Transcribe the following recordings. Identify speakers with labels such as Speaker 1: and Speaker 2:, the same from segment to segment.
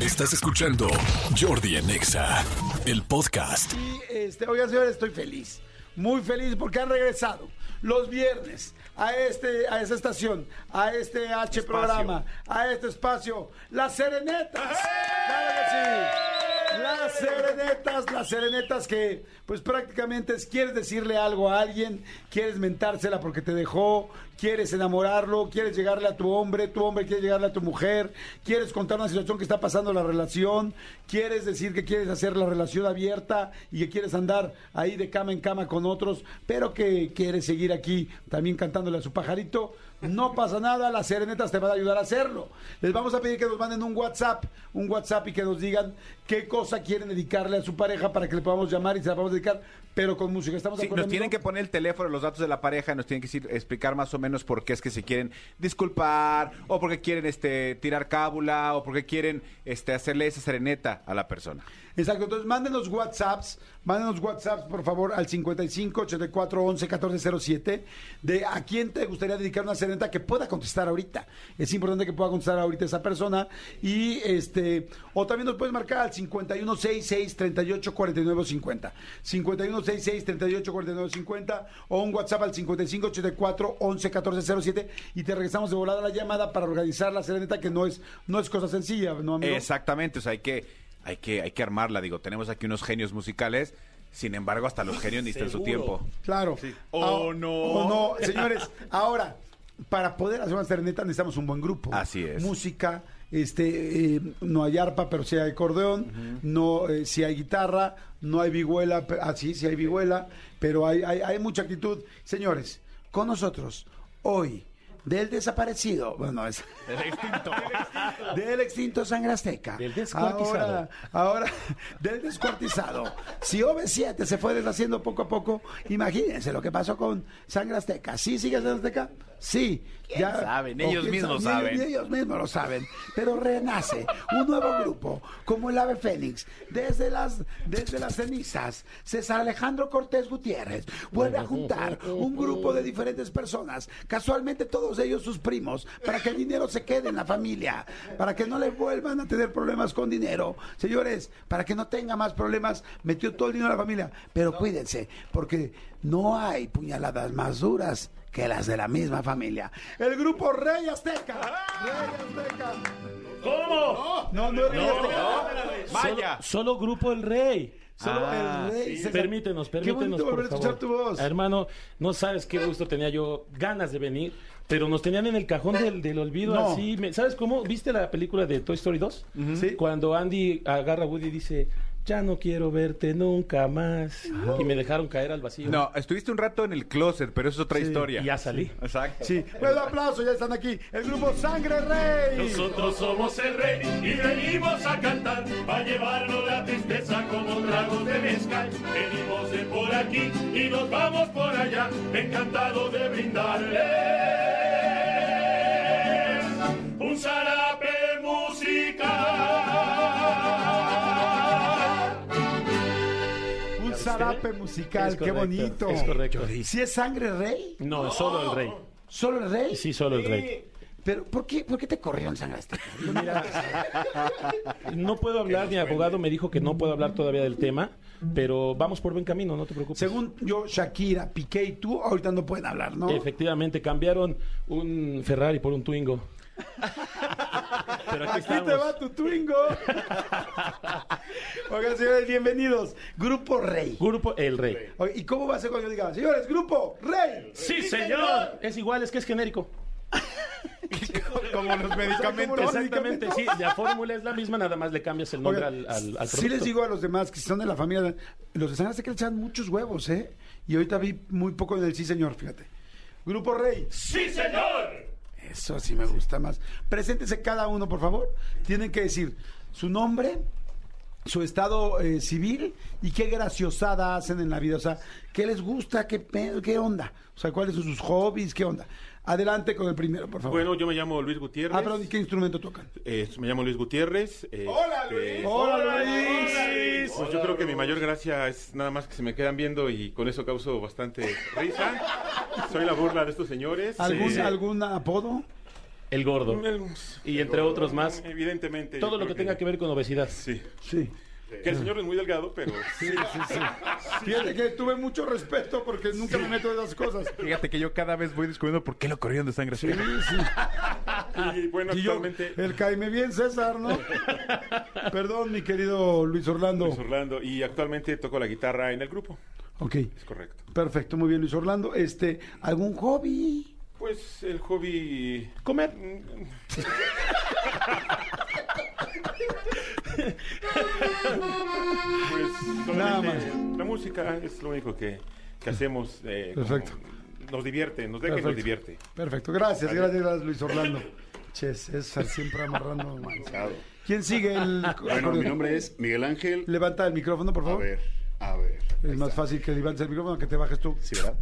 Speaker 1: Estás escuchando Jordi en EXA, el podcast.
Speaker 2: Y este, oigan, señores, estoy feliz. Muy feliz porque han regresado los viernes a este a esa estación, a este H programa, a este espacio, las serenetas. Claro que sí. Las serenetas, las serenetas que pues prácticamente es, quieres decirle algo a alguien, quieres mentársela porque te dejó, quieres enamorarlo, quieres llegarle a tu hombre, tu hombre quiere llegarle a tu mujer, quieres contar una situación que está pasando en la relación, quieres decir que quieres hacer la relación abierta y que quieres andar ahí de cama en cama con otros, pero que quieres seguir aquí también cantándole a su pajarito, no pasa nada, las serenetas te van a ayudar a hacerlo. Les vamos a pedir que nos manden un WhatsApp, un WhatsApp y que nos digan qué cosa quieren dedicarle a su pareja para que le podamos llamar y se la podamos dedicar, pero con música. ¿Estamos de
Speaker 3: Sí,
Speaker 2: acuerdo?
Speaker 3: nos tienen que
Speaker 2: amigo?
Speaker 3: poner el teléfono, los datos de la pareja, nos tienen que decir- explicar más o menos por qué es que se quieren disculpar, o porque quieren este tirar cábula, o porque quieren este hacerle esa sereneta a la persona.
Speaker 2: Exacto, entonces mándenos WhatsApps, mándenos WhatsApps por favor al 55 84 11 14 07 de a quién te gustaría dedicar una serenata que pueda contestar ahorita. Es importante que pueda contestar ahorita esa persona y este o también nos puedes marcar al 51 66 38 49 50. 51 66 38 49 50 o un WhatsApp al 55 84 11 14 07 y te regresamos de volada la llamada para organizar la serenata que no es no es cosa sencilla, no amigo.
Speaker 3: Exactamente, o sea, hay que, hay que, hay que armarla, digo, tenemos aquí unos genios musicales, sin embargo, hasta los genios necesitan su
Speaker 4: Seguro.
Speaker 3: tiempo.
Speaker 2: Claro.
Speaker 3: O
Speaker 2: Ah,
Speaker 3: no.
Speaker 2: O no. Señores, ahora, para poder hacer una sereneta necesitamos un buen grupo.
Speaker 3: Así es.
Speaker 2: Música, este, eh, no hay arpa, pero sí hay acordeón, no, eh, sí hay guitarra, no hay vihuela, pe- ah, sí, sí hay vihuela, pero hay, hay, hay mucha actitud. Señores, con nosotros, hoy, del desaparecido, bueno, es... Del extinto sangre azteca.
Speaker 4: Del descuartizado.
Speaker 2: Ahora, ahora, del descuartizado. Si OV7 se fue deshaciendo poco a poco, imagínense lo que pasó con sangre azteca. ¿Sí sigue sangre azteca? Sí. ya
Speaker 4: saben?
Speaker 2: ¿O
Speaker 4: Ellos
Speaker 2: quién
Speaker 4: mismos
Speaker 2: sabe? Ni
Speaker 4: saben.
Speaker 2: Ellos, ni ellos mismos lo saben. Pero renace un nuevo grupo, como el ave Fénix, desde las, desde las cenizas. César Alejandro Cortés Gutiérrez vuelve a juntar un grupo de diferentes personas, casualmente todos ellos sus primos, para que el dinero se quede en la familia, para que no le vuelvan a tener problemas con dinero. Señores, para que no tenga más problemas, metió todo el dinero a la familia. Pero cuídense, porque no hay puñaladas más duras que las de la misma familia. El grupo Rey Azteca. Rey Azteca.
Speaker 4: Ah. ¿Cómo?
Speaker 2: No, no es Rey Azteca.
Speaker 3: Vaya.
Speaker 4: Solo Grupo El Rey.
Speaker 2: Solo
Speaker 3: Ah,
Speaker 2: el Rey. César.
Speaker 4: Permítenos,
Speaker 2: Qué
Speaker 4: permítenos,
Speaker 2: bonito
Speaker 4: por
Speaker 2: volver a
Speaker 4: favor.
Speaker 2: escuchar tu voz.
Speaker 4: Hermano, no sabes qué gusto tenía yo, ganas de venir, pero nos tenían en el cajón del, del olvido
Speaker 2: No.
Speaker 4: así. me- ¿Sabes cómo? ¿Viste la película de Toy Story 2?
Speaker 2: Sí.
Speaker 4: Cuando Andy agarra a Woody y dice, ya no quiero verte nunca más. Y me dejaron caer al vacío.
Speaker 3: No, estuviste un rato en el closet, pero eso es otra historia.
Speaker 4: Y ya salí.
Speaker 3: Exacto.
Speaker 2: Sí. Bueno, aplauso, ya están aquí. El grupo Sangre Rey.
Speaker 5: Nosotros somos el rey y venimos a cantar, a llevarnos la tristeza como un trago de mezcal. Venimos de por aquí y nos vamos por allá, encantados de brindarles un zarape musical.
Speaker 2: Un zarape musical,
Speaker 4: Es
Speaker 2: qué
Speaker 4: correcto,
Speaker 2: bonito.
Speaker 4: es correcto.
Speaker 2: ¿Si es Sangre Rey?
Speaker 4: No, solo el
Speaker 2: ¡Oh!
Speaker 4: rey.
Speaker 2: ¿Solo el Rey?
Speaker 4: Sí, solo el rey.
Speaker 2: Pero, ¿por qué, por qué te corrieron Sangre Azteca?
Speaker 4: No puedo hablar, mi abogado me dijo que no puedo hablar todavía del tema, pero vamos por buen camino, no te preocupes.
Speaker 2: Según yo, Shakira, Piqué y tú, ahorita no pueden hablar, ¿no?
Speaker 4: Efectivamente, cambiaron un Ferrari por un Twingo. Pero
Speaker 2: Aquí
Speaker 4: aquí, estamos.
Speaker 2: te va tu Twingo. Oigan, señores, bienvenidos. Grupo Rey.
Speaker 4: Grupo El Rey.
Speaker 2: Oye, ¿Y cómo va a ser cuando yo diga, señores, Grupo Rey?
Speaker 4: ¡Sí, señor! Es igual, es que es genérico.
Speaker 3: Como los medicamentos.
Speaker 4: Exactamente, sí, la fórmula es la misma, nada más le cambias el nombre
Speaker 2: Oigan,
Speaker 4: al, al, al
Speaker 2: sí les
Speaker 4: producto.
Speaker 2: digo a los demás que son de la familia, los de San José que le echan muchos huevos, ¿eh? Y ahorita vi muy poco en el sí, señor, fíjate. Grupo Rey.
Speaker 5: Sí, señor.
Speaker 2: Eso sí me gusta más. Preséntese cada uno, por favor. Tienen que decir su nombre, su estado eh, civil y qué graciosada hacen en la vida. O sea, qué les gusta, qué, pe- qué onda. O sea, cuáles son sus hobbies, qué onda. Adelante con el primero, por favor.
Speaker 6: Bueno, yo me llamo Luis Gutiérrez.
Speaker 2: ah, perdón, ¿y qué instrumento tocan?
Speaker 6: Eh, me llamo Luis Gutiérrez. eh, este,
Speaker 2: Hola, Luis.
Speaker 6: Pues yo creo que mi mayor gracia es nada más que se me quedan viendo y con eso causo bastante risa. Soy la burla de estos señores.
Speaker 2: ¿Algún,
Speaker 6: Eh,
Speaker 2: ¿Algún apodo?
Speaker 4: El gordo. Y entre otros más.
Speaker 6: Evidentemente. yo
Speaker 4: Todo lo
Speaker 6: creo
Speaker 4: que tenga que ver con obesidad.
Speaker 6: Sí.
Speaker 2: Sí.
Speaker 6: Que el señor es muy delgado, pero.
Speaker 2: Sí, sí, sí. Fíjate que tuve mucho respeto porque nunca me meto en esas cosas.
Speaker 3: Fíjate que yo cada vez voy descubriendo por qué lo corrieron de sangre. fría.
Speaker 6: Y bueno,
Speaker 2: Y yo,
Speaker 6: actualmente.
Speaker 2: el caime bien César, ¿no? Perdón, mi querido Luis Orlando.
Speaker 6: Luis Orlando. Y actualmente toco la guitarra en el grupo.
Speaker 2: Ok,
Speaker 6: Es correcto.
Speaker 2: perfecto, muy bien, Luis Orlando. Este, ¿algún hobby?
Speaker 6: Pues el hobby.
Speaker 4: Comer.
Speaker 6: Pues
Speaker 2: Nada
Speaker 6: solamente La música es lo único que, que hacemos. eh,
Speaker 2: Perfecto.
Speaker 6: como- Nos divierte, nos deja y
Speaker 2: Perfecto.
Speaker 6: nos divierte.
Speaker 2: Perfecto, gracias, gracias, gracias, Luis Orlando. Che, César siempre amarrando.
Speaker 7: Claro.
Speaker 2: ¿Quién sigue el
Speaker 7: Bueno, mi
Speaker 2: acordeón?
Speaker 7: nombre es Miguel Ángel.
Speaker 2: Levanta el micrófono, por
Speaker 7: A
Speaker 2: favor.
Speaker 7: ver, a ver.
Speaker 2: Es más fácil que levantes el micrófono que te bajes tú.
Speaker 7: Sí, ¿verdad?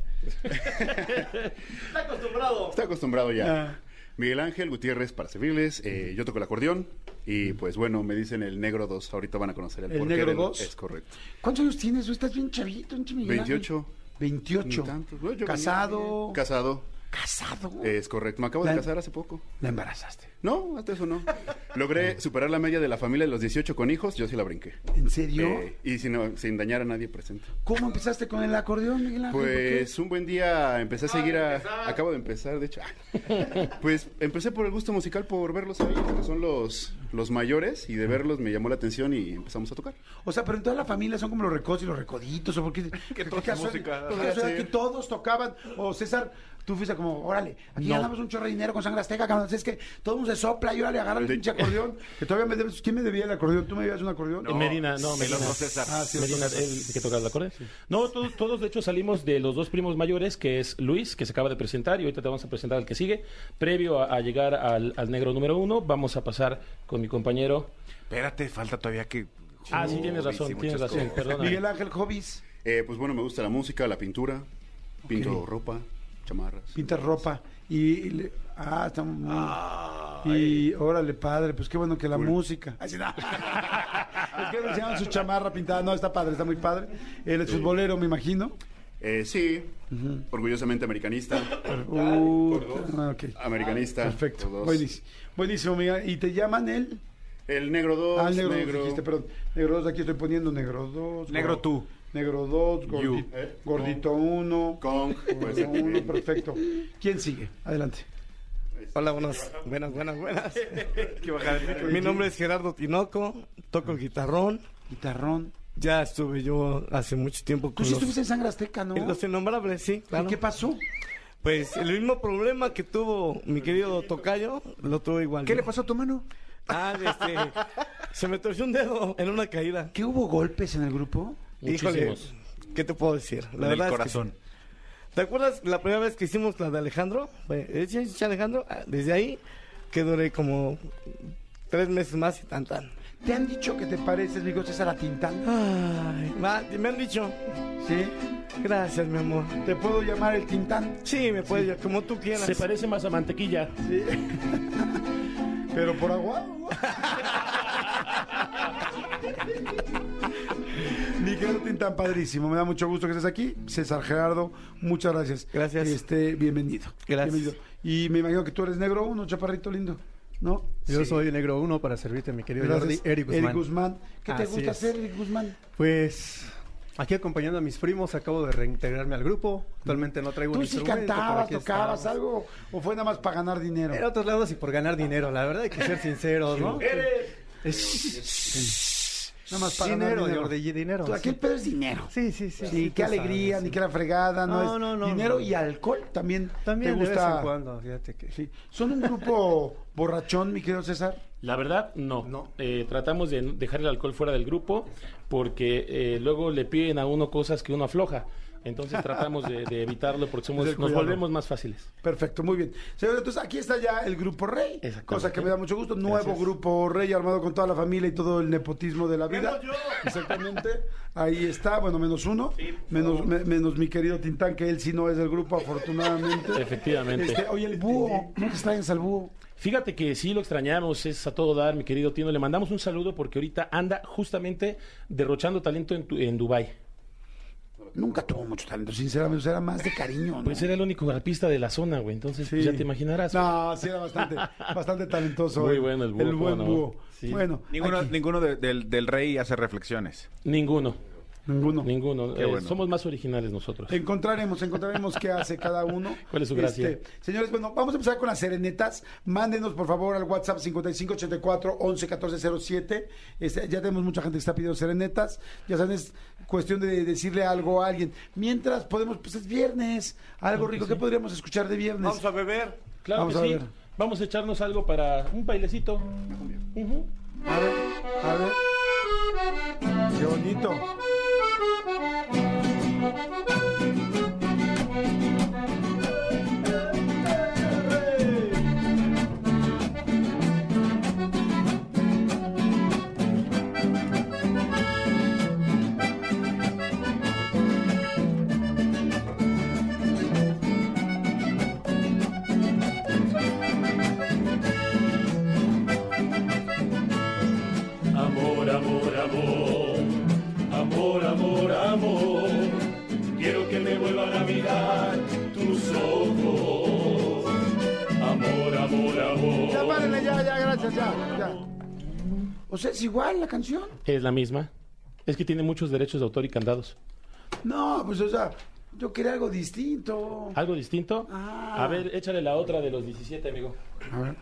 Speaker 7: Está acostumbrado ya.
Speaker 2: Ah.
Speaker 7: Miguel Ángel Gutiérrez para servirles. eh, yo toco el acordeón y pues bueno, me dicen el negro 2. Ahorita van a conocer el,
Speaker 2: ¿El
Speaker 7: porqué
Speaker 2: Negro
Speaker 7: del-
Speaker 2: 2?
Speaker 7: Es correcto.
Speaker 2: ¿Cuántos años tienes? Tú estás bien chavito, un chimilán.
Speaker 7: 28. Ni
Speaker 2: 28.
Speaker 7: tanto. Bueno, yo venía
Speaker 2: Casado.
Speaker 7: bien. Casado.
Speaker 2: Casado.
Speaker 7: Es correcto. Me acabo de
Speaker 2: La-
Speaker 7: casar hace poco.
Speaker 2: La embarazaste.
Speaker 7: No, hasta eso no. Logré superar la media de la familia de los 18 con hijos. Yo sí la brinqué.
Speaker 2: ¿En serio?
Speaker 7: Eh, y sin, sin dañar a nadie presente.
Speaker 2: ¿Cómo empezaste con el acordeón, Miguel Ángel?
Speaker 7: Pues un buen día empecé a seguir a... Acabo de empezar, de hecho. Pues empecé por el gusto musical, por verlos a ellos, que son los, los mayores, y de verlos me llamó la atención y empezamos a tocar.
Speaker 2: O sea, pero en toda la familia son como los recodos y los recoditos, o porque que
Speaker 3: todos música.
Speaker 2: Pues, que todos tocaban, o César, tú fuiste como, órale, aquí
Speaker 4: No.
Speaker 2: ganamos un chorro de dinero con sangre azteca, cabrón, es que todo el mundo se sopla y órale, agarra el
Speaker 7: De-
Speaker 2: pinche acordeón, que todavía me debes, ¿quién me debía el acordeón? ¿Tú me debías un acordeón?
Speaker 4: En Medina, no,
Speaker 3: el
Speaker 4: Medina.
Speaker 3: otro César.
Speaker 2: Ah, sí,
Speaker 4: Medina, el que toca el acorde. No, todos, todos de hecho salimos de los dos primos mayores, que es Luis, que se acaba de presentar, y ahorita te vamos a presentar al que sigue. Previo a, a llegar al, al negro número uno, vamos a pasar con mi compañero.
Speaker 3: Espérate, falta todavía que.
Speaker 4: Ah, sí, tienes
Speaker 3: Joder, sí,
Speaker 4: razón, tienes
Speaker 3: muchas
Speaker 4: razón,
Speaker 3: cosas.
Speaker 4: perdona.
Speaker 2: Miguel Ángel Hobbies,
Speaker 7: Eh, pues bueno, me gusta la música, la pintura, pinto ropa, chamarras.
Speaker 2: pinta ropa, y, le- ah, está muy... y órale, padre, pues qué bueno que la música. Ay, sí, no. es que le enseñaban su chamarra pintada, no, está padre, está muy padre. Él es futbolero, me imagino.
Speaker 7: Eh, sí, orgullosamente americanista,
Speaker 2: Uh, ah, ok.
Speaker 7: americanista.
Speaker 2: Perfecto.
Speaker 7: por dos.
Speaker 2: Buenísimo. Buenísimo, Miguel. ¿Y te llaman él?
Speaker 7: El negro 2,
Speaker 2: Ah, el negro,
Speaker 7: negro,
Speaker 2: dos dijiste, perdón. Negro 2, aquí estoy poniendo negro 2.
Speaker 3: Negro tú.
Speaker 2: Negro 2,
Speaker 3: You.
Speaker 7: ¿Eh?
Speaker 2: gordito 1.
Speaker 7: Kong, pues,
Speaker 2: Gordito 1, perfecto. ¿Quién sigue? Adelante.
Speaker 8: Hola, buenas, buenas, buenas, buenas. Mi nombre es Gerardo Tinoco, toco el guitarrón.
Speaker 2: Guitarrón.
Speaker 8: Ya estuve yo hace mucho tiempo
Speaker 2: Tú
Speaker 8: con
Speaker 2: sí
Speaker 8: los,
Speaker 2: estuviste en Sangre Azteca, ¿no?
Speaker 8: en los innombrables, sí,
Speaker 2: ¿Y
Speaker 8: claro.
Speaker 2: qué pasó?
Speaker 8: Pues el mismo problema que tuvo mi querido Tocayo, lo tuve igual.
Speaker 3: ¿Qué
Speaker 8: yo.
Speaker 3: le pasó a tu mano?
Speaker 8: Ah, este, se me torció un dedo en una caída.
Speaker 2: ¿Qué hubo golpes en el grupo?
Speaker 8: Híjole,
Speaker 4: Muchísimos.
Speaker 8: ¿qué te puedo decir? La
Speaker 3: en
Speaker 8: verdad
Speaker 3: el
Speaker 8: es que
Speaker 3: corazón.
Speaker 8: sí. ¿Te acuerdas la primera vez que hicimos la de Alejandro? Fue, "Eche, eche, Alejandro, Ah, desde ahí que duré como tres meses más y tan tan.
Speaker 2: ¿Te han dicho que te pareces, mi César, a Tintán?
Speaker 8: Ay, ma- me han dicho,
Speaker 2: ¿Sí?
Speaker 8: gracias mi amor.
Speaker 2: ¿Te puedo llamar el Tintán?
Speaker 8: Sí, me puedes, como tú quieras.
Speaker 4: Se parece más a mantequilla.
Speaker 2: Sí. Pero por agua. Mi querido Tintán, padrísimo. Me da mucho gusto que estés aquí. César Gerardo, muchas gracias.
Speaker 8: Gracias.
Speaker 2: Este, bienvenido.
Speaker 8: Gracias.
Speaker 2: Bienvenido. Y me imagino que tú eres negro uno, chaparrito lindo. ¿No?
Speaker 9: Yo soy el negro uno para servirte, mi querido
Speaker 2: Gracias.
Speaker 9: Jordi. Eric Guzmán.
Speaker 2: ¿Qué te
Speaker 9: Así es.
Speaker 2: gusta hacer, Eric Guzmán?
Speaker 9: Pues aquí acompañando a mis primos, acabo de reintegrarme al grupo. Actualmente no traigo
Speaker 2: ¿Tú
Speaker 9: un
Speaker 2: sí
Speaker 9: instrumento, pero
Speaker 2: cantabas,
Speaker 9: pues, aquí
Speaker 2: tocabas
Speaker 9: estamos.
Speaker 2: algo? ¿O fue nada más para ganar dinero?
Speaker 9: En otros lados y por ganar dinero, la verdad hay que ser sinceros, ¿no?
Speaker 2: Nada más para
Speaker 9: Dinero,
Speaker 2: ganar
Speaker 9: Jordi, y dinero.
Speaker 2: Tú, Aquí el pedo es dinero.
Speaker 9: Sí, sí, sí.
Speaker 2: Sí,
Speaker 9: sí,
Speaker 2: qué
Speaker 9: tú
Speaker 2: alegría,
Speaker 9: sabes,
Speaker 2: ni
Speaker 9: sí.
Speaker 2: qué la fregada, no,
Speaker 9: No,
Speaker 2: es
Speaker 9: no, no,
Speaker 2: dinero
Speaker 9: no.
Speaker 2: y alcohol también.
Speaker 9: También
Speaker 2: te
Speaker 9: de
Speaker 2: gusta.
Speaker 9: vez en cuando, fíjate que...
Speaker 2: Sí. Son un grupo borrachón, mi querido César.
Speaker 4: La verdad, no.
Speaker 9: No.
Speaker 4: Eh, tratamos de n- dejar el alcohol fuera del grupo porque eh, luego le piden a uno cosas que uno afloja. Entonces tratamos de, de evitarlo porque somos,
Speaker 2: Del
Speaker 4: nos
Speaker 2: cuidado.
Speaker 4: volvemos más fáciles.
Speaker 2: Perfecto, muy bien. Señores, entonces aquí está ya el grupo Rey,
Speaker 4: Exactamente.
Speaker 2: cosa que me da mucho gusto. Nuevo grupo Rey armado con toda la familia y todo el nepotismo de la vida. Exactamente. Ahí está, bueno, menos uno, menos, me- menos mi querido Tintán, que él sí no es del grupo, afortunadamente.
Speaker 4: Efectivamente.
Speaker 2: Este, oye, el búho, ¿no extrañas al búho?
Speaker 4: Fíjate que sí lo extrañamos, es a todo dar, mi querido Tino. Le mandamos un saludo porque ahorita anda justamente derrochando talento en, tu- en Dubái.
Speaker 2: nunca tuvo mucho talento, sinceramente, o sea, era más de cariño. ¿no?
Speaker 4: Pues era el único arpista de la zona, güey. Entonces,
Speaker 2: Sí.
Speaker 4: pues ya te imaginarás.
Speaker 2: No, sí era bastante, bastante talentoso.
Speaker 4: Muy
Speaker 2: eh.
Speaker 4: bueno el búho,
Speaker 2: El buen
Speaker 4: ¿cómo no?
Speaker 2: búho.
Speaker 4: Sí.
Speaker 2: Bueno,
Speaker 3: Ninguno,
Speaker 2: aquí,
Speaker 3: ninguno de- del, del rey hace reflexiones.
Speaker 4: Ninguno,
Speaker 2: ninguno.
Speaker 4: ninguno.
Speaker 3: Qué
Speaker 4: Eh,
Speaker 3: bueno.
Speaker 4: Somos más originales nosotros.
Speaker 2: Eh, Encontraremos, encontraremos qué hace cada uno. Este,
Speaker 4: ¿Cuál es su gracia?
Speaker 2: señores, bueno, vamos a empezar con las serenetas. Mándenos, por favor, al WhatsApp 5584-111407. Este, ya tenemos mucha gente que está pidiendo serenetas. Ya saben, es cuestión de decirle algo a alguien. Mientras podemos, pues es viernes, algo rico. ¿Qué podríamos escuchar de viernes?
Speaker 8: Vamos a beber.
Speaker 4: Claro
Speaker 2: Vamos
Speaker 4: que
Speaker 2: a
Speaker 4: sí.
Speaker 2: ver.
Speaker 4: Vamos a echarnos algo para un bailecito. Ujú.
Speaker 2: A ver, a ver. Qué bonito.
Speaker 5: Amor, amor, amor, amor, amor, amor. Quiero que me vuelvan a mirar tus ojos. Amor, amor, amor.
Speaker 2: Ya párenle, ya, ya, gracias, ya, ya. O sea, es igual la canción.
Speaker 4: Es la misma. Es que tiene muchos derechos de autor y candados.
Speaker 2: No, pues o sea, yo quería algo distinto.
Speaker 4: ¿Algo distinto?
Speaker 2: Ah.
Speaker 4: A ver, échale la otra de los 17, amigo.
Speaker 2: A ver.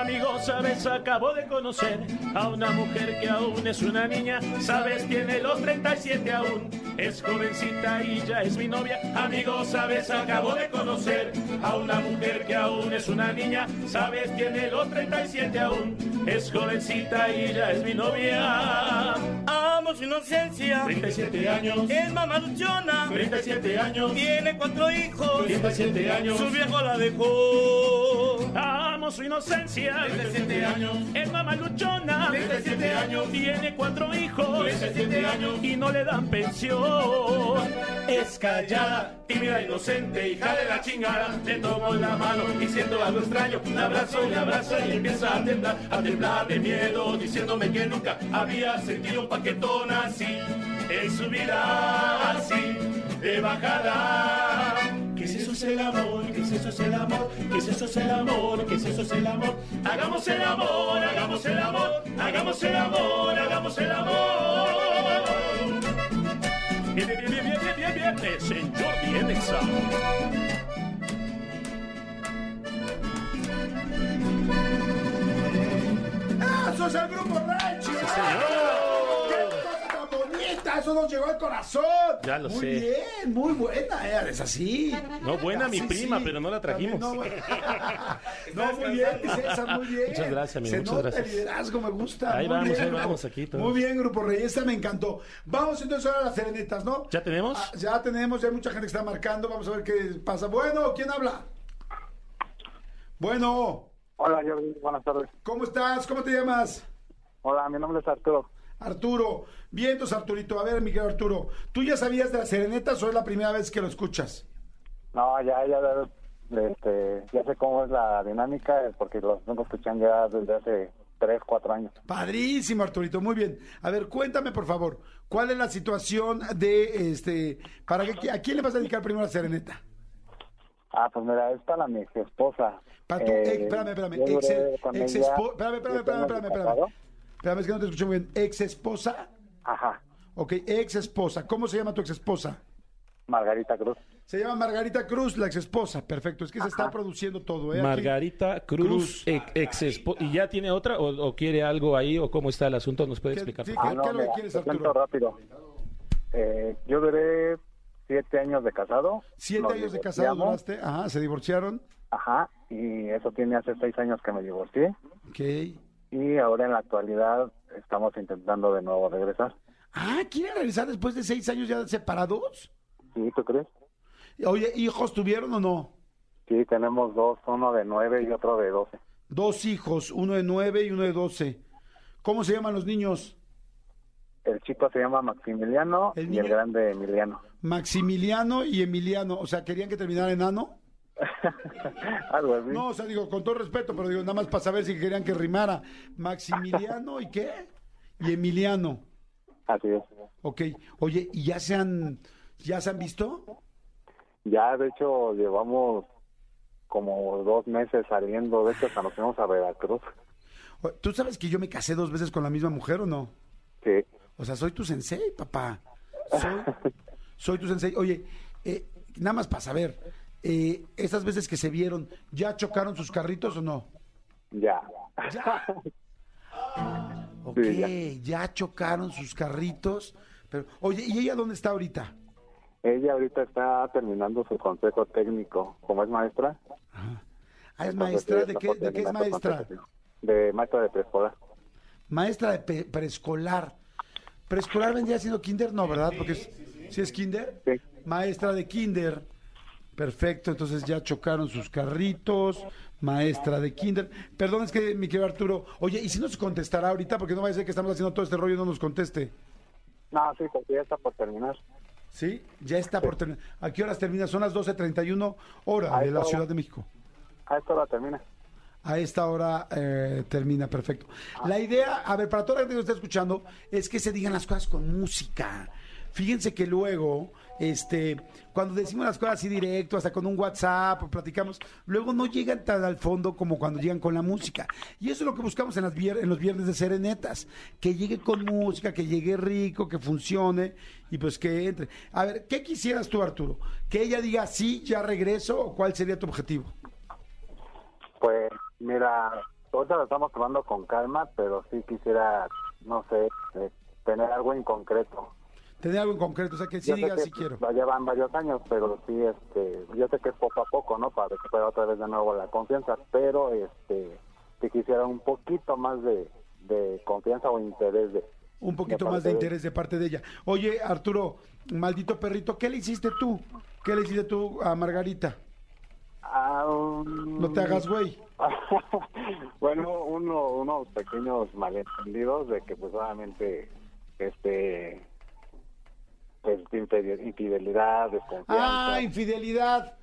Speaker 5: Amigos, sabes, acabo de conocer a una mujer que aún es una niña. Sabes, tiene los 37 aún. Es jovencita y ya es mi novia. Amigos, sabes, acabo de conocer a una mujer que aún es una niña. Sabes, tiene los 37 aún. Es jovencita y ya es mi novia.
Speaker 8: Amo su inocencia.
Speaker 5: 37 años,
Speaker 8: Es mamaluchona.
Speaker 5: 37 años,
Speaker 8: Tiene cuatro hijos.
Speaker 5: 37 años.
Speaker 8: Su viejo la dejó.
Speaker 5: Amo su inocencia. 37 años. Es mamaluchona. 37 años. Tiene cuatro hijos. 37 años. Y no le dan pensión. Es callada, tímida, inocente, hija de la chingada. Le tomo la mano y siento algo extraño. La abrazo y la abrazo y empieza a temblar, a temblar de miedo, diciéndome que nunca había sentido un paquetón así. Es su vida así, de bajada. ¿Qué es eso es el amor? ¿Qué es eso es el amor? ¿Qué es eso es el amor? ¿Qué es eso es el amor? Hagamos el amor, hagamos el amor, hagamos el amor, hagamos el amor. Bien, bien, bien, bien, bien, bien, viernes en Jordi en Exa.
Speaker 2: ¡Eso es Ah, el grupo Rancho! ¡Qué cosa tan bonita! Eso nos llegó al corazón.
Speaker 4: Ya lo
Speaker 2: muy
Speaker 4: sé.
Speaker 2: Muy bien, muy buena, eh, es así.
Speaker 4: No, buena mi
Speaker 2: Así
Speaker 4: prima, pero no la
Speaker 2: También
Speaker 4: trajimos.
Speaker 2: No, no, muy bien, César, muy bien.
Speaker 4: Muchas gracias, amigo,
Speaker 2: Se
Speaker 4: muchas
Speaker 2: nota
Speaker 4: gracias.
Speaker 2: el liderazgo, me gusta.
Speaker 4: Ahí
Speaker 2: muy
Speaker 4: vamos,
Speaker 2: bien,
Speaker 4: ahí
Speaker 2: Grupo-
Speaker 4: vamos, aquí todos.
Speaker 2: Muy bien, Grupo Rey, esta me encantó. Vamos entonces ahora a las serenetas, ¿no?
Speaker 4: ¿Ya tenemos?
Speaker 2: Ah, ya tenemos, ya hay mucha gente que está marcando. Vamos a ver qué pasa. Bueno, ¿quién habla? Bueno,
Speaker 10: Hola, Jordi. Buenas tardes.
Speaker 2: ¿cómo estás? ¿Cómo te llamas?
Speaker 10: Hola, mi nombre es Arturo.
Speaker 2: Arturo, vientos Arturito, a ver, mi querido Arturo, ¿tú ya sabías de las serenetas o es la primera vez que lo escuchas?
Speaker 10: No, ya, ya, este, ya sé cómo es la dinámica, eh, porque los vengo escuchando ya desde hace tres, cuatro años.
Speaker 2: Padrísimo, Arturito, muy bien. A ver, cuéntame, por favor, ¿cuál es la situación de este, para qué, a quién le vas a dedicar primero la sereneta?
Speaker 10: Ah, pues mira, es para mi esposa.
Speaker 2: Para tu,
Speaker 10: Eh,
Speaker 2: ex- espérame, espérame,
Speaker 10: yo
Speaker 2: ex,
Speaker 10: duré con
Speaker 2: ex
Speaker 10: ella
Speaker 2: espo- espérame, espérame, espérame,
Speaker 10: siete años
Speaker 2: espérame,
Speaker 10: de
Speaker 2: espérame.
Speaker 10: casado.
Speaker 2: Espérame, es que no te escucho muy bien. Ex esposa,
Speaker 10: Ajá,
Speaker 2: ok, ex esposa, ¿cómo se llama tu ex esposa?
Speaker 10: Margarita Cruz.
Speaker 2: Se llama Margarita Cruz, la ex esposa, perfecto, es que se está produciendo todo, ¿eh? Aquí.
Speaker 4: Margarita Cruz,
Speaker 2: Cruz.
Speaker 4: ex- ex espo- ¿Y ya tiene otra o, o quiere algo ahí o cómo está el asunto? ¿Nos puede
Speaker 2: ¿Qué-
Speaker 4: explicar?
Speaker 2: sí,
Speaker 4: por
Speaker 2: qué-
Speaker 10: Ah, no,
Speaker 4: favor?
Speaker 2: qué es lo que
Speaker 10: mira,
Speaker 2: quieres,
Speaker 10: te cuento
Speaker 2: Arturo?
Speaker 10: rápido. Eh, yo duré siete años de casado.
Speaker 2: Siete
Speaker 10: Nos
Speaker 2: años de casado
Speaker 10: divorciamos.
Speaker 2: duraste, ajá, se divorciaron,
Speaker 10: Ajá, y eso tiene hace seis años que me divorcié.
Speaker 2: ok.
Speaker 10: Y ahora en la actualidad estamos intentando de nuevo regresar.
Speaker 2: Ah, ¿quieren regresar después de seis años ya separados?
Speaker 10: ¿Sí, tú crees?
Speaker 2: Oye, ¿hijos tuvieron o no?
Speaker 10: Sí, tenemos dos, uno de nueve y otro de doce.
Speaker 2: Dos hijos, uno de nueve y uno de doce. ¿Cómo se llaman los niños?
Speaker 10: El chico se llama Maximiliano
Speaker 2: El
Speaker 10: y el
Speaker 2: niño-
Speaker 10: grande Emiliano.
Speaker 2: Maximiliano y Emiliano, o sea, querían que terminara enano.
Speaker 10: Algo así.
Speaker 2: No, o sea, digo, con todo respeto, pero digo, nada más para saber si querían que rimara. Maximiliano y qué? Y Emiliano.
Speaker 10: Así es.
Speaker 2: Ok. Oye, ¿y ya se han, ya se han visto?
Speaker 10: Ya, de hecho, llevamos como dos meses saliendo. De hecho, hasta nos fuimos a Veracruz.
Speaker 2: O- ¿Tú sabes que yo me casé dos veces con la misma mujer o no?
Speaker 10: Sí.
Speaker 2: O sea, soy tu sensei, papá. Soy, soy tu sensei. Oye, eh, nada más para saber, eh, estas veces que se vieron, ¿ya chocaron sus carritos o no?
Speaker 10: Ya.
Speaker 2: Ya. Ok,
Speaker 10: Sí,
Speaker 2: ya chocaron sus carritos. Pero, oye, ¿y ella dónde está ahorita?
Speaker 10: Ella ahorita está terminando su consejo técnico. Como es maestra?
Speaker 2: Ah, es
Speaker 10: entonces
Speaker 2: maestra,
Speaker 10: pues, ella
Speaker 2: ¿de
Speaker 10: está
Speaker 2: qué, de qué es
Speaker 10: terminando su
Speaker 2: maestra?
Speaker 10: consejo técnico. De maestra de preescolar.
Speaker 2: Maestra de pe- preescolar. Preescolar vendría siendo kinder, no, ¿verdad? Porque es- si es kinder,
Speaker 10: Sí.
Speaker 2: maestra de kinder. Perfecto, entonces ya chocaron sus carritos, maestra de kinder. Perdón, es que mi querido Arturo, oye, ¿y si nos contestará ahorita? Porque no vaya a ser que estamos haciendo todo este rollo y no nos conteste.
Speaker 10: No, sí, porque ya está por terminar.
Speaker 2: ¿Sí? Ya está por terminar. ¿A qué horas termina? Son las 12.31 hora
Speaker 10: A
Speaker 2: de
Speaker 10: esta
Speaker 2: la
Speaker 10: hora.
Speaker 2: Ciudad de México.
Speaker 10: A esta hora Ah, termina.
Speaker 2: A esta hora eh, termina, perfecto. La idea, a ver, para toda la gente que nos está escuchando, es que se digan las cosas con música. Fíjense que luego, este, cuando decimos las cosas así directo, hasta con un WhatsApp, o platicamos, luego no llegan tan al fondo como cuando llegan con la música. Y eso es lo que buscamos en, las vier- en los viernes de serenetas, que llegue con música, que llegue rico, que funcione y pues que entre. A ver, ¿qué quisieras tú, Arturo? ¿Que ella diga sí, ya regreso o cuál sería tu objetivo?
Speaker 10: Pues mira, ahorita lo estamos tomando con calma, pero sí quisiera, no sé, eh, tener algo en concreto.
Speaker 2: Tener algo en concreto, o sea, que sí
Speaker 10: Yo sé
Speaker 2: diga
Speaker 10: que
Speaker 2: si quiero.
Speaker 10: Ya van varios años, pero sí, este, yo sé que es poco a poco, ¿no? Para recuperar otra vez de nuevo la confianza, pero este, sí quisiera un poquito más de, de confianza o interés de...
Speaker 2: Un poquito
Speaker 10: de
Speaker 2: más de
Speaker 10: parte
Speaker 2: interés de parte de ella. Oye, Arturo, maldito perrito, ¿qué le hiciste tú? ¿Qué le hiciste tú a Margarita?
Speaker 10: Ah, um,
Speaker 2: No te hagas güey.
Speaker 10: bueno, uno, unos pequeños malentendidos de que pues obviamente este pues infide- infidelidad, desconfianza.
Speaker 2: Ah, infidelidad.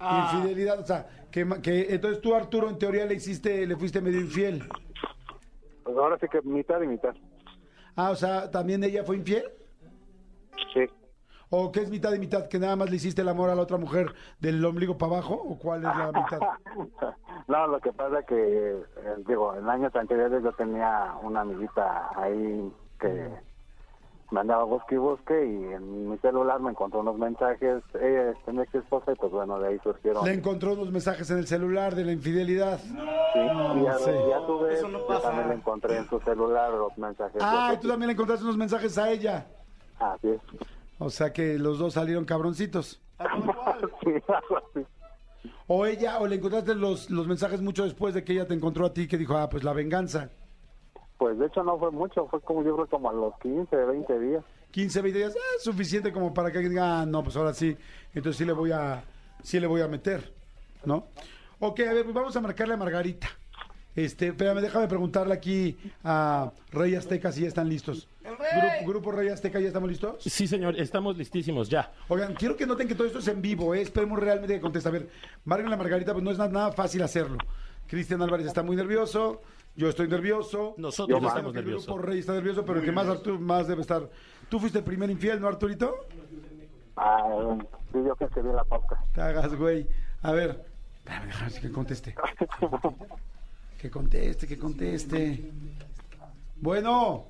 Speaker 10: Ah.
Speaker 2: Infidelidad, o sea, que, ma- que entonces tú, Arturo, en teoría le hiciste, le fuiste medio infiel.
Speaker 10: Pues ahora sí que mitad y mitad.
Speaker 2: Ah, o sea, también ella fue infiel.
Speaker 10: Sí.
Speaker 2: ¿O que es mitad y mitad? ¿Que nada más le hiciste el amor a la otra mujer del ombligo para abajo? ¿O cuál es la mitad?
Speaker 10: No, lo que pasa que eh, digo, en años anteriores yo tenía una amiguita ahí que me andaba busque y busque y en mi celular me encontró unos mensajes, ella es mi ex esposa y pues bueno, de ahí surgieron.
Speaker 2: Le encontró unos mensajes en el celular de la infidelidad.
Speaker 10: Sí, y ya,
Speaker 2: sí.
Speaker 10: ya tuve,
Speaker 8: Eso no
Speaker 10: yo
Speaker 8: pasa.
Speaker 10: también le encontré en su celular los mensajes.
Speaker 2: Ah,
Speaker 10: Ah, Yo
Speaker 2: y tú
Speaker 10: creo
Speaker 2: también le encontraste unos mensajes a ella.
Speaker 10: que- Así es.
Speaker 2: O sea que los dos salieron cabroncitos.
Speaker 10: Sí, algo así.
Speaker 2: O ella, o le encontraste los, los mensajes mucho después de que ella te encontró a ti, que dijo, ah, pues la venganza.
Speaker 10: Pues de hecho no fue mucho, fue como yo creo como a los 15, 20 días.
Speaker 2: 15, 20 días, ah, es suficiente como para que alguien diga, ah, no, pues ahora sí, entonces sí le voy a, sí le voy a meter, ¿no? Ok, a ver, pues vamos a marcarle a Margarita. Este, espérame, déjame preguntarle aquí a Rey Azteca si ya están listos. Grupo, Grupo Rey Azteca, ¿ya estamos listos?
Speaker 4: Sí, señor, estamos listísimos ya.
Speaker 2: Oigan, quiero que noten que todo esto es en vivo, ¿eh? esperemos realmente que conteste. A ver, marquen la Margarita, pues no es na- nada, fácil hacerlo. Cristian Álvarez está muy nervioso, yo estoy nervioso.
Speaker 4: Nosotros
Speaker 2: Yo
Speaker 4: estamos
Speaker 2: creo que El
Speaker 4: nerviosos.
Speaker 2: grupo Rey está nervioso, pero el que más, Artur- más debe estar. Tú fuiste el primer infiel, ¿no, Arturito?
Speaker 10: Ah, sí, yo creo que vi la pauta.
Speaker 2: Te hagas, güey. A ver, espérame, déjame ver que conteste. Que conteste, que conteste. Bueno.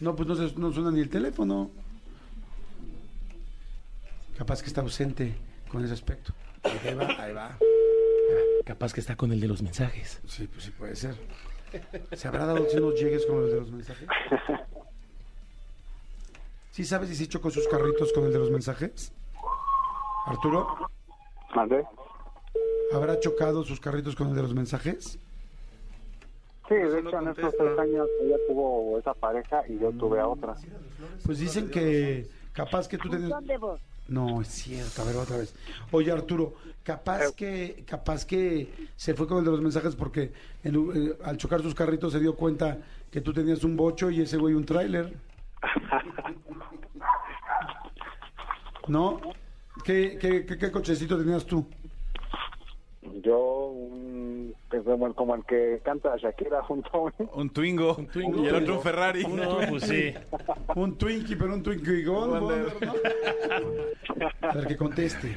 Speaker 2: No, pues no, se- no suena ni el teléfono. Capaz que está ausente con ese aspecto. Ahí va, ahí va.
Speaker 4: Capaz que está con el de los mensajes.
Speaker 2: Sí, pues sí puede ser. ¿Se habrá dado si nos llegues con los de los mensajes? ¿Sí sabes si se chocó sus carritos con el de los mensajes? Arturo,
Speaker 10: ¿Mandé?
Speaker 2: ¿habrá chocado sus carritos con el de los mensajes?
Speaker 10: Sí, de hecho en estos tres años ella tuvo esa pareja y yo tuve a otra.
Speaker 2: Pues dicen que capaz que tú tenías...
Speaker 11: Buzón de voz.
Speaker 2: No, es cierto. A ver, otra vez. Oye, Arturo, capaz que, capaz que se fue con el de los mensajes porque en un- eh, al chocar sus carritos se dio cuenta que tú tenías un bocho y ese güey un tráiler. ¿No? ¿Qué, qué, qué- qué cochecito tenías tú?
Speaker 10: Yo, un- que como, el, como el que canta Shakira junto a un...
Speaker 3: Un Twingo.
Speaker 4: Twingo.
Speaker 3: Y el otro un Ferrari.
Speaker 4: No, pues sí.
Speaker 2: Un Twinkie, pero un Twinkie Gold. Wonder, ¿no? A ver, que conteste.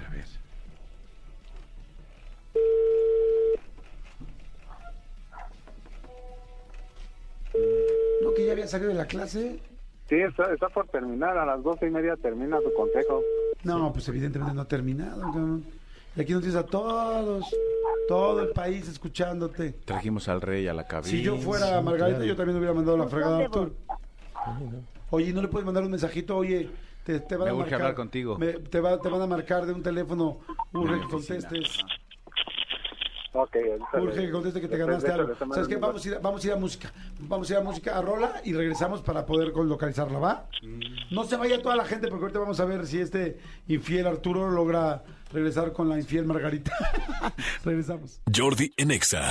Speaker 2: No, que ya había salido de la clase.
Speaker 10: Sí, está, está por terminar, a las doce y media termina su consejo.
Speaker 2: No, pues evidentemente no ha terminado, cabrón. Y aquí nos tienes a todos, todo el país escuchándote.
Speaker 3: Trajimos al rey a la cabina.
Speaker 2: Si yo fuera Margarita, yo también hubiera mandado la fregada a Arturo. Oye, ¿no le puedes mandar un mensajito? Oye, te, te van
Speaker 3: Me
Speaker 2: a
Speaker 3: urge
Speaker 2: marcar.
Speaker 3: hablar contigo.
Speaker 2: Me- te, va- te van a marcar de un teléfono. Urge que contestes.
Speaker 10: Ok, ahorita
Speaker 2: Urge
Speaker 10: le-
Speaker 2: que conteste que te
Speaker 10: le-
Speaker 2: ganaste
Speaker 10: le- le-
Speaker 2: algo.
Speaker 10: le- le-
Speaker 2: ¿Sabes qué?
Speaker 10: le-
Speaker 2: Vamos a, ir, a- vamos a ir a música. Vamos a ir a música a rola y regresamos para poder con- localizarla, ¿va?
Speaker 3: Mm.
Speaker 2: No se vaya toda la gente porque ahorita vamos a ver si este infiel Arturo logra regresar con la infiel Margarita. regresamos.
Speaker 1: Jordi en Exa.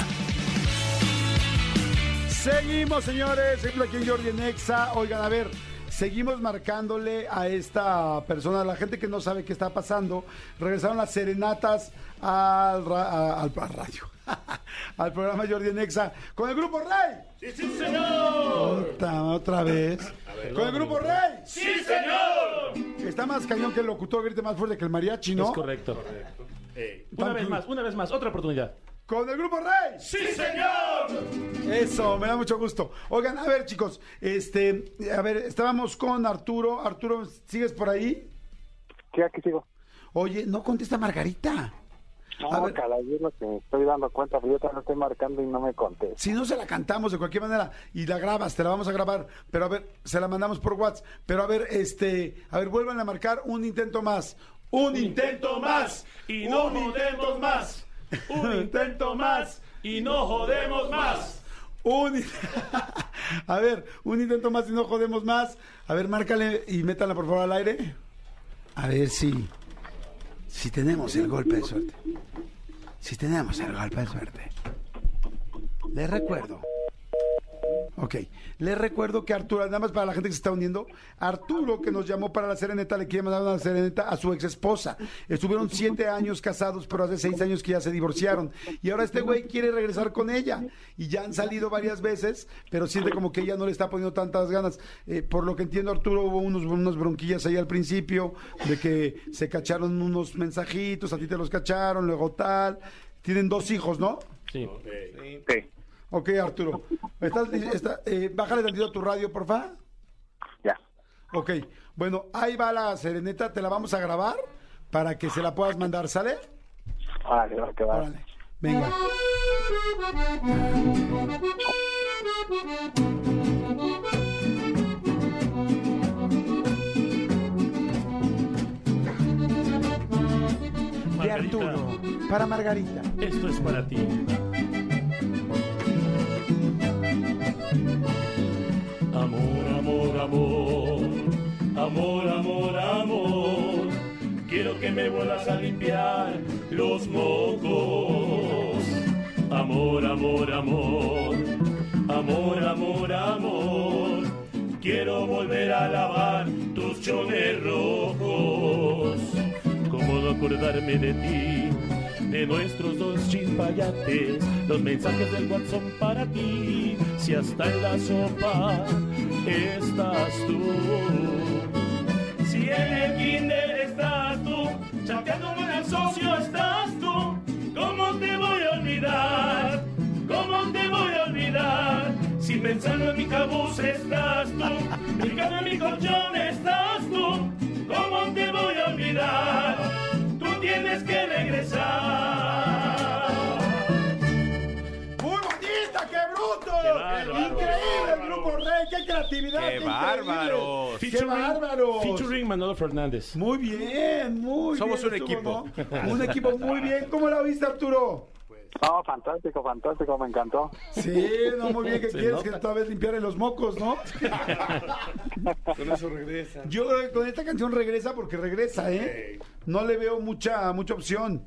Speaker 2: Seguimos, señores. Seguimos aquí en Jordi en Exa. Oigan, a ver. Seguimos marcándole a esta persona, a la gente que no sabe qué está pasando. Regresaron las serenatas al, ra- a- al- al radio, al programa Jordi en Exa, con el grupo Rey.
Speaker 5: ¡Sí, sí, señor!
Speaker 2: Puta, otra vez. Con el grupo Rey.
Speaker 5: ¡Sí, señor!
Speaker 2: Está más cañón que el locutor grite más fuerte que el mariachi, ¿no?
Speaker 4: Es correcto. Una vez más, una vez más, otra oportunidad.
Speaker 2: Con el grupo Rey.
Speaker 5: ¡Sí, señor!
Speaker 2: Eso, me da mucho gusto. Oigan, a ver, chicos, este, a ver, estábamos con Arturo. Arturo, ¿sigues por ahí?
Speaker 10: Sí, aquí sigo.
Speaker 2: Oye, no contesta Margarita. A
Speaker 10: No,
Speaker 2: ver.
Speaker 10: caray, es lo que me estoy dando cuenta, pero yo también estoy marcando y no me contesta.
Speaker 2: Si no se la cantamos de cualquier manera y la grabas, te la vamos a grabar, pero a ver, se la mandamos por WhatsApp, pero a ver, este, a ver, vuelvan a marcar un intento más. Un
Speaker 5: Intento más y no jodemos más. Un intento más y no jodemos más.
Speaker 2: Un... A ver, un intento más y no jodemos más. A ver, márcale y métala por favor al aire. A ver si. Si tenemos el golpe de suerte. Si tenemos el golpe de suerte. Les recuerdo. Ok, les recuerdo que Arturo, nada más para la gente que se está uniendo, Arturo que nos llamó para la sereneta le quiere mandar una sereneta a su ex esposa. Estuvieron siete años casados, pero hace seis años que ya se divorciaron. Y ahora este güey quiere regresar con ella. Y ya han salido varias veces, pero siente como que ella no le está poniendo tantas ganas. Eh, por lo que entiendo, Arturo, hubo unos, unas bronquillas ahí al principio, de que se cacharon unos mensajitos, a ti te los cacharon, luego tal. Tienen dos hijos, ¿no?
Speaker 4: Sí.
Speaker 10: Sí,
Speaker 2: Ok, Arturo. ¿Estás, li- está- eh, bájale tantito a tu radio, porfa.
Speaker 10: ya.
Speaker 2: Ok. Bueno, ahí va la sereneta. Te la vamos a grabar para que se la puedas mandar, ¿sale?
Speaker 10: Vale, va, que va.
Speaker 2: Órale. Venga. De Arturo, para Margarita.
Speaker 5: Esto es para ti. Amor, amor, amor. Amor, amor, amor. Quiero que me vuelvas a limpiar los mocos. Amor, amor, amor. Amor, amor, amor. Quiero volver a lavar tus chones rojos. Cómo no acordarme de ti, de nuestros dos chispayates, los mensajes del WhatsApp para ti, si hasta en la sopa estás tú. Si en el kinder estás tú, chateando con el socio estás tú, ¿cómo te voy a olvidar? ¿Cómo te voy a olvidar? Si pensando en mi cabuz estás tú, brincando en mi colchón estás tú, ¿cómo te voy a olvidar? Tú tienes que regresar.
Speaker 2: ¡Muy bonita! ¡Qué bruto!
Speaker 5: Qué bárbaro.
Speaker 2: ¡Increíble el grupo Rey! ¡Qué creatividad!
Speaker 3: ¡Qué
Speaker 2: increíble!
Speaker 3: bárbaros!
Speaker 2: ¡Qué bárbaros!
Speaker 4: Featuring Manolo Fernández.
Speaker 2: Muy bien, muy
Speaker 3: Somos
Speaker 2: bien.
Speaker 3: un
Speaker 2: estuvo, ¿no? Un equipo muy bien. ¿Cómo la viste, Arturo?
Speaker 10: No, fantástico, fantástico, me encantó.
Speaker 2: Sí, no, muy bien, que
Speaker 10: Se
Speaker 2: quieres
Speaker 10: nota.
Speaker 2: que todavía limpiarle los mocos, ¿no?
Speaker 7: Con eso regresa.
Speaker 2: Yo creo que con esta canción regresa porque regresa, ¿eh? No le veo mucha, mucha opción.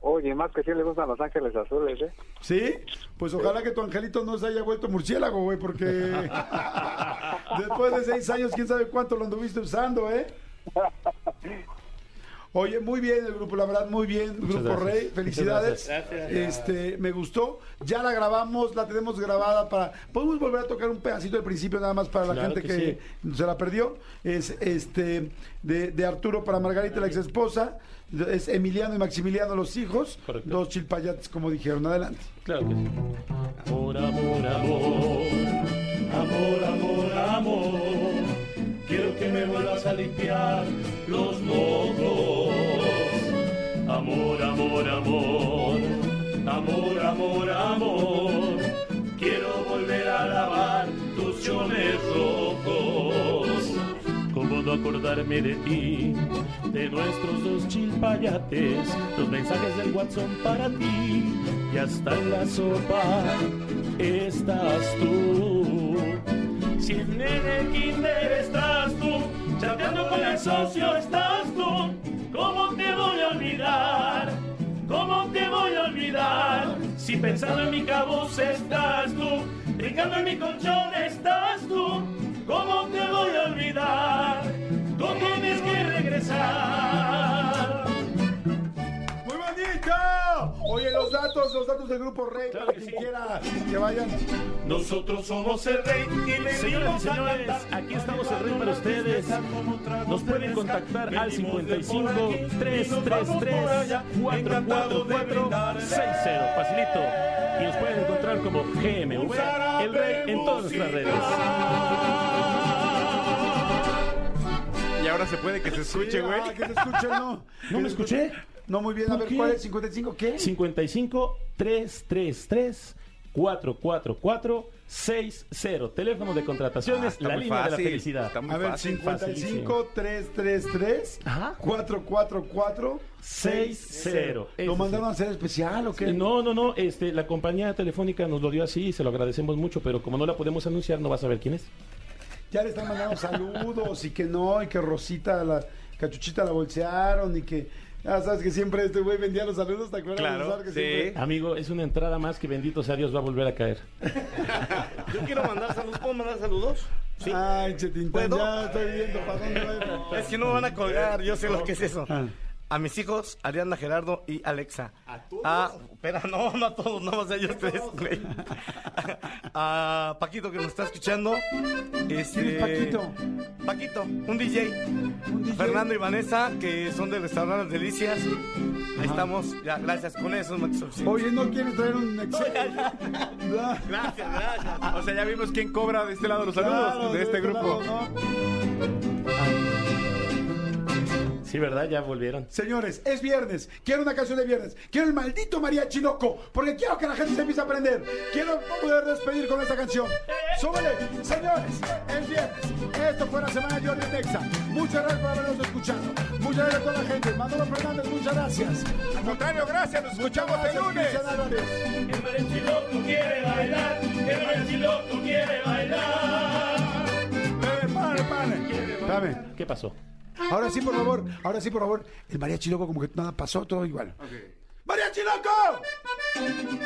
Speaker 10: Oye, más que sí le gustan los ángeles azules, ¿eh?
Speaker 2: ¿Sí? Pues ojalá que tu angelito no se haya vuelto murciélago, güey, porque después de seis años, quién sabe cuánto lo anduviste usando, ¿eh? Oye, muy bien el grupo, la verdad, muy bien.
Speaker 4: Muchas
Speaker 2: grupo
Speaker 4: gracias.
Speaker 2: Rey, felicidades.
Speaker 4: Muchas gracias. Gracias.
Speaker 2: Este, me gustó. Ya la grabamos, la tenemos grabada para. Podemos volver a tocar un pedacito del principio, nada más para la
Speaker 4: Claro
Speaker 2: gente
Speaker 4: que
Speaker 2: que, se la perdió. Es este de, de Arturo para Margarita, la ex esposa. Es Emiliano y Maximiliano, los hijos. Dos chilpayates, como dijeron. Adelante.
Speaker 4: Claro que sí.
Speaker 5: Amor, amor, amor, amor, amor, amor. Quiero que me vuelvas a limpiar los mocos. Amor, amor, amor, amor, amor, amor. Quiero volver a lavar tus chones rojos. ¿Cómo no acordarme de ti, de nuestros dos chilpayates, los mensajes del WhatsApp para ti? Y hasta en la sopa estás tú. Si en el kinder estás tú, chateando con el socio estás tú, ¿cómo te voy a olvidar? ¿Cómo te voy a olvidar? Si pensando en mi cabuz estás tú, brincando en mi colchón estás tú, ¿cómo te voy a olvidar? Tú tienes que regresar.
Speaker 2: ¡Muy bonito! Oye, los datos, los datos del grupo Rey, para quien quiera que vayan.
Speaker 5: Nosotros somos el rey y le Señoras y señores, aquí estamos el rey para ustedes. Nos pueden contactar al 55 333 4460 Facilito. Y nos pueden encontrar como GMV, el rey en todas nuestras redes.
Speaker 3: Y ahora se puede que se escuche, güey.
Speaker 2: Ah, que se escuche, no.
Speaker 4: ¿No me escuché?
Speaker 2: No, muy bien. A
Speaker 4: ¿Por
Speaker 2: ver,
Speaker 4: qué?
Speaker 2: ¿cuál es? 55, ¿qué?
Speaker 4: 55 333 444 60 Teléfono de contrataciones,
Speaker 3: Ah, está
Speaker 4: la
Speaker 3: muy
Speaker 4: línea de
Speaker 3: fácil,
Speaker 4: la felicidad.
Speaker 3: está muy
Speaker 2: A ver,
Speaker 3: fácil.
Speaker 2: 55 333 444
Speaker 4: 60.
Speaker 2: ¿Lo mandaron a hacer especial o qué?
Speaker 4: No, no, no. Este, la compañía telefónica nos lo dio así y se lo agradecemos mucho, pero como no la podemos anunciar, no vas a ver quién es.
Speaker 2: Ya le están mandando saludos y que no, y que Rosita, la cachuchita la bolsearon y que. Ya sabes que siempre este güey vendía los saludos, ¿te acuerdas?
Speaker 3: Claro,
Speaker 2: César, que
Speaker 3: sí.
Speaker 2: siempre-
Speaker 4: Amigo, es una entrada más que bendito sea Dios va a volver a caer.
Speaker 8: Yo quiero mandar saludos. ¿Puedo mandar saludos?
Speaker 9: Ah,
Speaker 2: Ay, Chetín,
Speaker 8: ¿Puedo?
Speaker 2: ya estoy viendo para dónde va.
Speaker 8: Es que no me van a colgar, yo sé lo que es eso. A mis hijos, Ariana, Gerardo y Alexa. ¿A todos? espera, no, no a todos, nada más a ellos tres, güey. A Paquito que nos está escuchando. Este,
Speaker 2: Paquito?
Speaker 8: Paquito, un DJ.
Speaker 2: DJ.
Speaker 8: Fernando y Vanessa, que son del restaurante Las Delicias. Ahí estamos, ya, gracias. Con eso, Max Oficina.
Speaker 2: Oye, ¿no quieres traer un Excel? Ya.
Speaker 8: Gracias, gracias.
Speaker 3: O sea, ya vimos quién cobra de este lado los saludos,
Speaker 2: Claro,
Speaker 3: de este
Speaker 2: lado,
Speaker 3: grupo.
Speaker 2: ¿no?
Speaker 4: Sí, ¿verdad? Ya volvieron.
Speaker 2: Señores, es viernes. Quiero una canción de viernes. Quiero el maldito mariachi loco. Porque quiero que la gente se empiece a aprender. Quiero poder despedir con esta canción. ¡Súbele! Señores, es viernes. Esto fue la semana Jordi Nexa. Muchas gracias por habernos escuchado. Muchas gracias a toda la gente. Manolo Fernández, muchas gracias.
Speaker 3: Al contrario, gracias, nos
Speaker 2: Muchas
Speaker 3: escuchamos el
Speaker 2: gracias,
Speaker 3: lunes.
Speaker 2: Cristian Álvarez.
Speaker 5: El mariachi loco quiere bailar, el mariachi loco quiere bailar.
Speaker 2: Eh, pare, pare. Espérame.
Speaker 4: ¿Qué pasó?
Speaker 2: Ahora sí, por favor, ahora sí, por favor. El mariachi loco, como que nada pasó, todo igual. ¡Mariachi loco!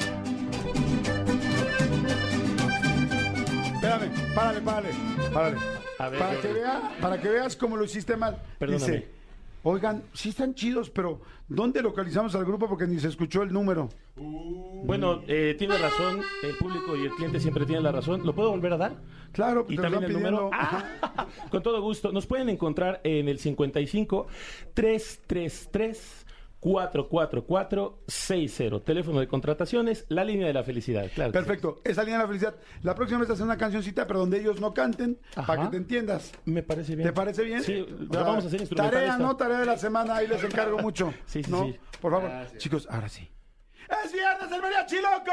Speaker 2: Espérame, párale, párale, párale.
Speaker 4: A ver,
Speaker 2: para,
Speaker 4: Jordi.
Speaker 2: que vea- para que veas cómo lo hiciste mal.
Speaker 4: Perdóname.
Speaker 2: Dice, oigan, sí están chidos, pero ¿dónde localizamos al grupo? Porque ni se escuchó el número.
Speaker 4: Bueno, eh, tiene razón, el público y el cliente siempre tienen la razón. ¿Lo puedo volver a dar?
Speaker 2: Claro, pues,
Speaker 4: Y
Speaker 2: te lo
Speaker 4: también el
Speaker 2: están pidiendo.
Speaker 4: número. Ah, con todo gusto. Nos pueden encontrar en el 55 333 444 60. Teléfono de contrataciones, la línea de la felicidad. Claro. que sí.
Speaker 2: Perfecto, esa línea de la felicidad. La próxima vez hacer una cancioncita, pero donde ellos no canten, para
Speaker 4: Ajá.
Speaker 2: que te entiendas.
Speaker 4: Me parece bien.
Speaker 2: ¿Te parece bien?
Speaker 4: Sí,
Speaker 2: O
Speaker 4: la
Speaker 2: sea,
Speaker 4: vamos a hacer instrumental.
Speaker 2: Tarea,
Speaker 4: esta.
Speaker 2: ¿no? Tarea de la semana, ahí les encargo mucho.
Speaker 4: Sí, sí,
Speaker 2: ¿no?
Speaker 4: sí.
Speaker 2: Por favor. Chicos, ahora sí. ¡Es viernes el mariachi loco!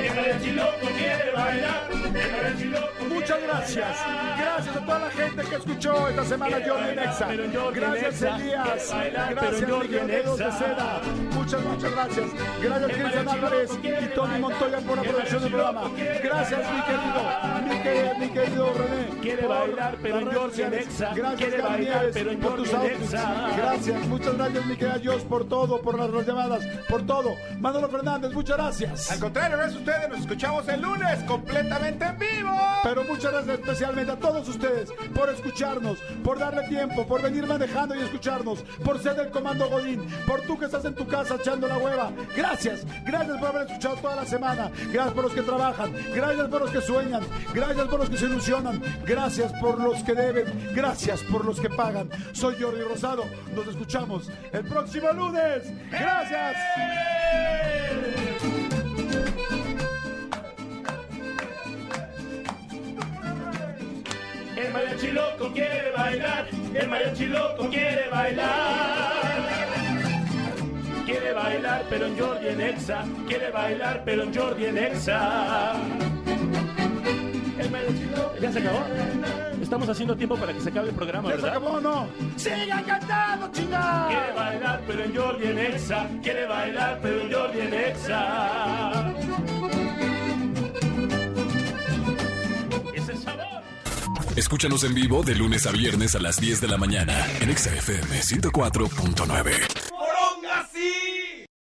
Speaker 5: El mariachi loco quiere bailar,
Speaker 2: Gracias. Gracias a toda la gente que escuchó esta semana Jordi Nexa. Gracias, Elías. Gracias, Miguel Dedos de Seda. Muchas, muchas gracias. Gracias, Cristian Álvarez y Tony Montoya por la producción del programa. Gracias, mi querido, mi querido, mi querido René.
Speaker 5: Quiere bailar, pero en Jordi Nexa. Quiere
Speaker 2: Gaby
Speaker 5: bailar,
Speaker 2: Nieves,
Speaker 5: pero en
Speaker 2: por tus
Speaker 5: Jordi
Speaker 2: outfits.
Speaker 5: Nexa.
Speaker 2: Gracias, muchas gracias, mi querida Dios, por todo, por las, las llamadas, por todo. Manolo Fernández, muchas gracias.
Speaker 3: Al contrario, gracias a ustedes. Nos escuchamos el lunes completamente en vivo.
Speaker 2: Pero muchas gracias especialmente a todos ustedes por escucharnos, por darle tiempo, por venir manejando y escucharnos, por ser del Comando Godín, por tú que estás en tu casa echando la hueva. Gracias, gracias por haber escuchado toda la semana, gracias por los que trabajan, gracias por los que sueñan, gracias por los que se ilusionan, gracias por los que deben, gracias por los que pagan. Soy Jordi Rosado, nos escuchamos el próximo lunes. Gracias.
Speaker 5: El mariachi loco quiere bailar, el mariachi loco quiere bailar. Quiere bailar, pero en Jordi en Exa. Quiere bailar, pero en Jordi en Exa. El mariachi loco. ¿Ya se acabó? Estamos haciendo tiempo para que se acabe el programa,
Speaker 2: ¿Ya se
Speaker 5: ¿verdad?
Speaker 2: acabó o no? ¡Sigan cantando, chingados!
Speaker 5: Quiere bailar, pero en Jordi en Exa. Quiere bailar, pero en Jordi en Exa. Ese sabor.
Speaker 1: Escúchanos en vivo de lunes a viernes a las 10 de la mañana en Exa FM 104.9.